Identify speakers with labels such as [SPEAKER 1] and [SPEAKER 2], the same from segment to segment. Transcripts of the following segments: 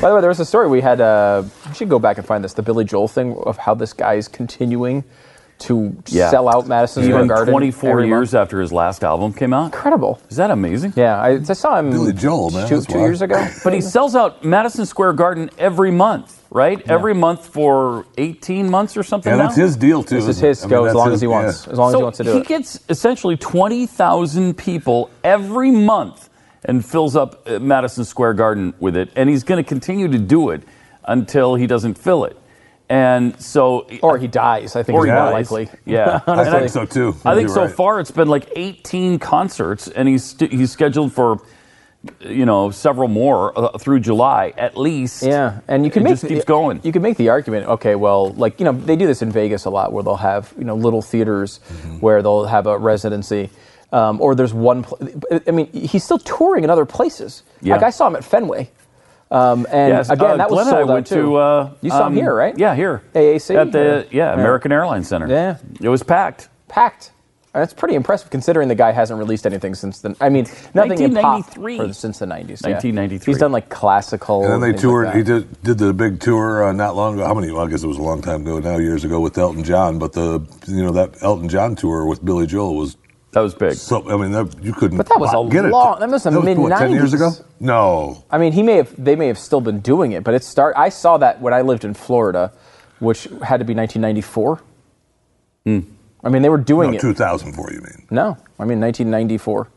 [SPEAKER 1] By the way, there was a story we had. Uh, we should go back and find this. The Billy Joel thing of how this guy is continuing to
[SPEAKER 2] Yeah.
[SPEAKER 1] sell out Madison Square
[SPEAKER 2] Even
[SPEAKER 1] Garden.
[SPEAKER 2] 24
[SPEAKER 1] every year.
[SPEAKER 2] years after his last album came out.
[SPEAKER 1] Incredible.
[SPEAKER 2] Is that amazing?
[SPEAKER 1] Yeah, I, I saw him.
[SPEAKER 3] Billy Joel, man,
[SPEAKER 1] Two,
[SPEAKER 3] that's
[SPEAKER 1] two
[SPEAKER 3] wild.
[SPEAKER 1] years ago.
[SPEAKER 2] But he sells out Madison Square Garden every month, right? Every month for 18 months or something.
[SPEAKER 3] Yeah,
[SPEAKER 2] now?
[SPEAKER 3] that's his deal too.
[SPEAKER 1] This is
[SPEAKER 3] isn't it?
[SPEAKER 1] his to
[SPEAKER 3] I mean,
[SPEAKER 1] go as
[SPEAKER 3] that's
[SPEAKER 1] long
[SPEAKER 3] his-
[SPEAKER 1] as he wants.
[SPEAKER 3] yeah.
[SPEAKER 1] As long as
[SPEAKER 2] so
[SPEAKER 1] he wants to do
[SPEAKER 2] he
[SPEAKER 1] it.
[SPEAKER 2] gets essentially 20,000 people every month and fills up uh, Madison Square Garden with it. And he's going to continue to do it until he doesn't fill it. And so.
[SPEAKER 1] or he dies. I think is
[SPEAKER 2] he
[SPEAKER 1] more
[SPEAKER 2] dies.
[SPEAKER 1] likely.
[SPEAKER 2] Yeah.
[SPEAKER 3] I
[SPEAKER 2] And
[SPEAKER 3] think so too.
[SPEAKER 2] I think
[SPEAKER 3] You're
[SPEAKER 2] so
[SPEAKER 3] right.
[SPEAKER 2] far it's been like 18 concerts, and he's st- he's scheduled for you know several more uh, through July at least.
[SPEAKER 1] Yeah, and you can
[SPEAKER 2] It
[SPEAKER 1] make
[SPEAKER 2] just keeps going.
[SPEAKER 1] You can make the argument. Okay, well, like you know, they do this in Vegas a lot, where they'll have you know little theaters
[SPEAKER 2] Mm-hmm.
[SPEAKER 1] where they'll have a residency, um, or there's one. Pl- I mean, he's still touring in other places.
[SPEAKER 2] Yeah.
[SPEAKER 1] Like I saw him at Fenway, um, and
[SPEAKER 2] Yes,
[SPEAKER 1] again,
[SPEAKER 2] uh,
[SPEAKER 1] that was
[SPEAKER 2] Glenn and I
[SPEAKER 1] sold out
[SPEAKER 2] went
[SPEAKER 1] too.
[SPEAKER 2] to. Uh,
[SPEAKER 1] you saw
[SPEAKER 2] um,
[SPEAKER 1] him here, right?
[SPEAKER 2] Yeah, here.
[SPEAKER 1] AAC?
[SPEAKER 2] at the
[SPEAKER 1] Yeah.
[SPEAKER 2] yeah American Airlines Center.
[SPEAKER 1] Yeah.
[SPEAKER 2] it was packed.
[SPEAKER 1] packed. And That's pretty impressive, considering the guy hasn't released anything since then. I mean, nothing in pop
[SPEAKER 2] 1993.
[SPEAKER 1] for- since the '90s. yeah.
[SPEAKER 2] 1993.
[SPEAKER 1] He's done like classical.
[SPEAKER 3] And then they
[SPEAKER 1] things like
[SPEAKER 3] toured.
[SPEAKER 1] that.
[SPEAKER 3] he did, did the big tour uh, not long ago. How many? Well, I guess it was a long time ago now, years ago with Elton John. But the you know that Elton John tour with Billy Joel was
[SPEAKER 2] That was big.
[SPEAKER 3] so. I mean, that, you couldn't.
[SPEAKER 1] But that was a
[SPEAKER 3] get
[SPEAKER 1] long-
[SPEAKER 3] It.
[SPEAKER 1] that was the
[SPEAKER 3] what, Ten years ago?
[SPEAKER 1] mid-nineties.
[SPEAKER 3] No,
[SPEAKER 1] I mean, he may have they may have still been doing it, but it start. I saw that when I lived in Florida, which had to be 1994.
[SPEAKER 2] Hmm.
[SPEAKER 1] I mean, they were doing
[SPEAKER 3] no,
[SPEAKER 1] it.
[SPEAKER 3] two thousand four. You mean?
[SPEAKER 1] No, I mean 1994.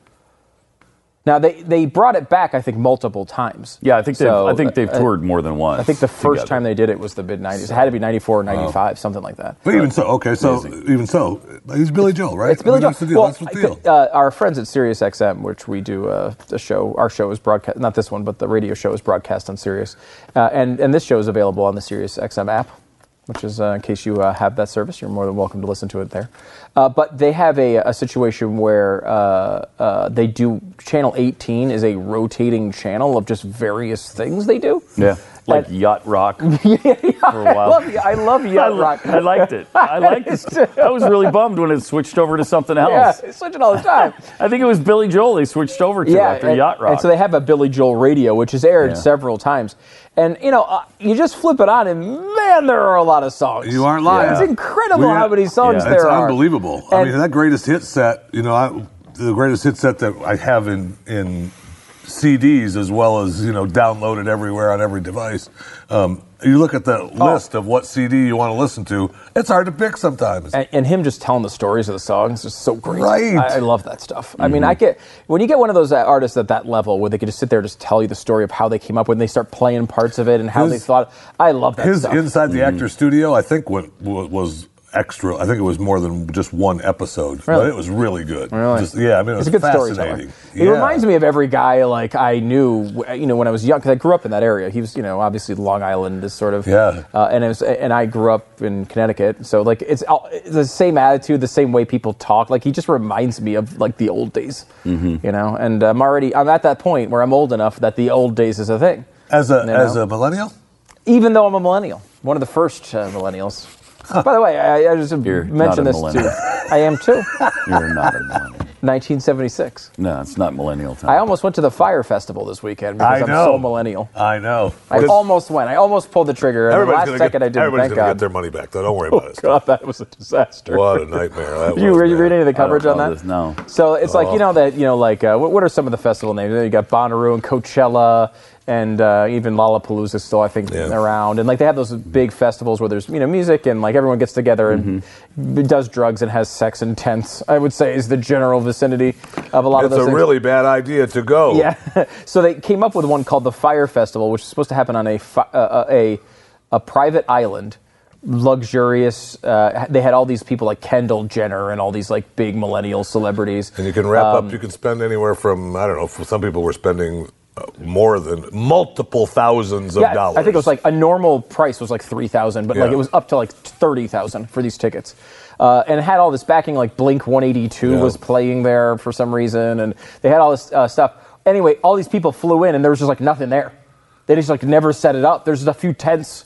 [SPEAKER 1] Now they they brought it back, I think, multiple times.
[SPEAKER 2] Yeah, I think they've,
[SPEAKER 1] So,
[SPEAKER 2] I think they've
[SPEAKER 1] uh,
[SPEAKER 2] toured more than once.
[SPEAKER 1] I think the first
[SPEAKER 2] together.
[SPEAKER 1] time they did it was the mid 90s. It had to be 94 or 95, something like that.
[SPEAKER 3] But even so, okay. So even so, he's Billy Joel, right?
[SPEAKER 1] It's Billy
[SPEAKER 3] I
[SPEAKER 1] Joel.
[SPEAKER 3] mean, That's the deal.
[SPEAKER 1] Well,
[SPEAKER 3] that's the
[SPEAKER 1] I
[SPEAKER 3] deal.
[SPEAKER 1] could- uh, our friends at SiriusXM, which we do uh, a show, our show is broadcast, not this one, but the radio show is broadcast on Sirius, uh, and and this show is available on the SiriusXM app, which is uh, in case you uh, have that service, you're more than welcome to listen to it there. Uh, but they have a, a situation where uh, uh, they do channel 18 is a rotating channel of just various things they do.
[SPEAKER 2] Yeah, like
[SPEAKER 1] And-
[SPEAKER 2] yacht rock. For a while.
[SPEAKER 1] I love, I love
[SPEAKER 2] I,
[SPEAKER 1] Yacht
[SPEAKER 2] li-
[SPEAKER 1] Rock.
[SPEAKER 2] I liked it. I liked it. I was really bummed when it switched over to something
[SPEAKER 1] Yeah,
[SPEAKER 2] else.
[SPEAKER 1] switch it all the time.
[SPEAKER 2] I think it was Billy Joel they switched over to after
[SPEAKER 1] and,
[SPEAKER 2] Yacht Rock.
[SPEAKER 1] And so they have a Billy Joel radio, which is aired
[SPEAKER 2] Yeah.
[SPEAKER 1] several times. And you know, uh, you just flip it on, and man, there are a lot of songs.
[SPEAKER 3] You aren't lying.
[SPEAKER 1] It's incredible
[SPEAKER 3] We-
[SPEAKER 1] how many songs
[SPEAKER 2] Yeah.
[SPEAKER 1] there
[SPEAKER 3] It's
[SPEAKER 1] are.
[SPEAKER 3] unbelievable. I
[SPEAKER 1] And-
[SPEAKER 3] mean, that greatest hit set, you know, I, the greatest hit set that I have in in CDs as well as you know downloaded everywhere on every device. Um, you look at the
[SPEAKER 1] Oh.
[SPEAKER 3] list of what CD you want to listen to; it's hard to pick sometimes.
[SPEAKER 1] And, and him just telling the stories of the songs is so great.
[SPEAKER 3] Right. Mm-hmm.
[SPEAKER 1] I, I love that stuff. I mean, I get when you get one of those uh, artists at that level where they can just sit there and just tell you the story of how they came up with, it, and they start playing parts of it and how
[SPEAKER 3] His-
[SPEAKER 1] they thought. I love that
[SPEAKER 3] His
[SPEAKER 1] stuff.
[SPEAKER 3] inside the actor studio, I think, went, wa- was extra. I think it was more than just one episode, but
[SPEAKER 1] Really?
[SPEAKER 3] it was really good.
[SPEAKER 1] Really?
[SPEAKER 3] Just- yeah, I mean, it was
[SPEAKER 1] it's a good
[SPEAKER 3] fascinating.
[SPEAKER 1] storyteller. It reminds me of every guy like I knew, w- you know, when I was young because I grew up in that area. He was, you know, obviously Long Island is sort of,
[SPEAKER 3] Yeah.
[SPEAKER 1] Uh, and it was, and I grew up in Connecticut, so like it's, all, it's the same attitude, the same way people talk. Like he just reminds me of like the old days, you know. And I'm already, I'm at that point where I'm old enough that the old days is a thing,
[SPEAKER 3] as a
[SPEAKER 1] You
[SPEAKER 3] as
[SPEAKER 1] know?
[SPEAKER 3] a millennial.
[SPEAKER 1] even though I'm a millennial, one of the first uh, millennials. By the way, I, I just
[SPEAKER 2] You're not a
[SPEAKER 1] mentioned this
[SPEAKER 2] millennial.
[SPEAKER 1] to, I am too.
[SPEAKER 2] You're not a millennial.
[SPEAKER 1] 1976.
[SPEAKER 2] No, it's not millennial time.
[SPEAKER 1] I almost went to the Fire Festival this weekend
[SPEAKER 3] I
[SPEAKER 1] because I'm
[SPEAKER 3] know.
[SPEAKER 1] so millennial.
[SPEAKER 3] I know.
[SPEAKER 1] I almost went. I almost pulled the trigger. And the
[SPEAKER 3] Everybody's
[SPEAKER 1] last
[SPEAKER 3] gonna
[SPEAKER 1] second,
[SPEAKER 3] get,
[SPEAKER 1] I didn't.
[SPEAKER 3] everybody's
[SPEAKER 1] Thank
[SPEAKER 3] gonna
[SPEAKER 1] God. Oh,
[SPEAKER 3] get their money back, though. Don't worry about it.
[SPEAKER 1] God, that was a disaster.
[SPEAKER 3] What a nightmare that
[SPEAKER 1] Did you,
[SPEAKER 3] was.
[SPEAKER 1] read- you
[SPEAKER 3] man.
[SPEAKER 1] read any of the coverage on
[SPEAKER 2] know
[SPEAKER 1] that?
[SPEAKER 2] this, no. Oh.
[SPEAKER 1] So it's like you know that you know like uh, what, what are some of the festival names? You got Bonnaroo and Coachella, and uh, even Lollapalooza still I think
[SPEAKER 3] Yeah.
[SPEAKER 1] around. And like they have those big festivals where there's you know music and like everyone gets together and
[SPEAKER 2] Mm-hmm.
[SPEAKER 1] b- does drugs and has sex in tents. I would say is the general vicinity of a lot of
[SPEAKER 3] It's
[SPEAKER 1] those.
[SPEAKER 3] a
[SPEAKER 1] things.
[SPEAKER 3] really bad idea to go.
[SPEAKER 1] Yeah. so they came up with one called the Fire Festival, which is supposed to happen on a fi- uh, a a private island, luxurious. Uh, they had all these people like Kendall Jenner and all these like big millennial celebrities.
[SPEAKER 3] And you can wrap
[SPEAKER 1] Um,
[SPEAKER 3] up. You can spend anywhere from I don't know. f- Some people were spending uh, more than multiple thousands of
[SPEAKER 1] yeah,
[SPEAKER 3] dollars.
[SPEAKER 1] I think it was like a normal price was like three thousand, but like
[SPEAKER 3] Yeah.
[SPEAKER 1] it was up to like thirty thousand for these tickets, uh, and it had all this backing. Like Blink One Eighty Two
[SPEAKER 3] Yeah.
[SPEAKER 1] was playing there for some reason, and they had all this uh, stuff. Anyway, all these people flew in, and there was just like nothing there. They just like never set it up. There's just a few tents.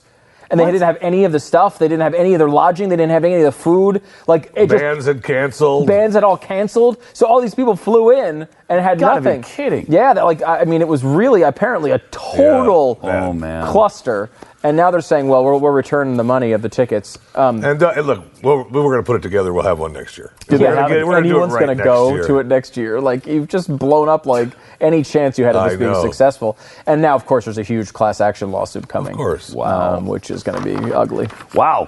[SPEAKER 1] And they didn't have any of the stuff. They didn't have any of their lodging. They didn't have any of the food. Like it just
[SPEAKER 3] bands had canceled.
[SPEAKER 1] bands had all canceled. So all these people flew in and had
[SPEAKER 2] Gotta be
[SPEAKER 1] nothing.
[SPEAKER 2] kidding.
[SPEAKER 1] Yeah, that like I I mean, it was really apparently a total
[SPEAKER 3] Yeah.
[SPEAKER 2] Oh, man.
[SPEAKER 1] cluster. And now they're saying, well, we're, we're returning the money of the tickets. Um,
[SPEAKER 3] And, uh, and look, we're, we're going to put it together. We'll have one next year.
[SPEAKER 1] yeah,
[SPEAKER 3] We're gonna
[SPEAKER 1] how-
[SPEAKER 3] get- we're gonna do it
[SPEAKER 1] anyone's
[SPEAKER 3] right
[SPEAKER 1] gonna
[SPEAKER 3] next
[SPEAKER 1] go
[SPEAKER 3] year.
[SPEAKER 1] to it next year. Like you've just blown up like any chance you had of
[SPEAKER 3] I
[SPEAKER 1] this being
[SPEAKER 3] know.
[SPEAKER 1] successful. And now, of course, there's a huge class action lawsuit coming.
[SPEAKER 3] Of course.
[SPEAKER 1] wow, which is going to be ugly.
[SPEAKER 2] wow.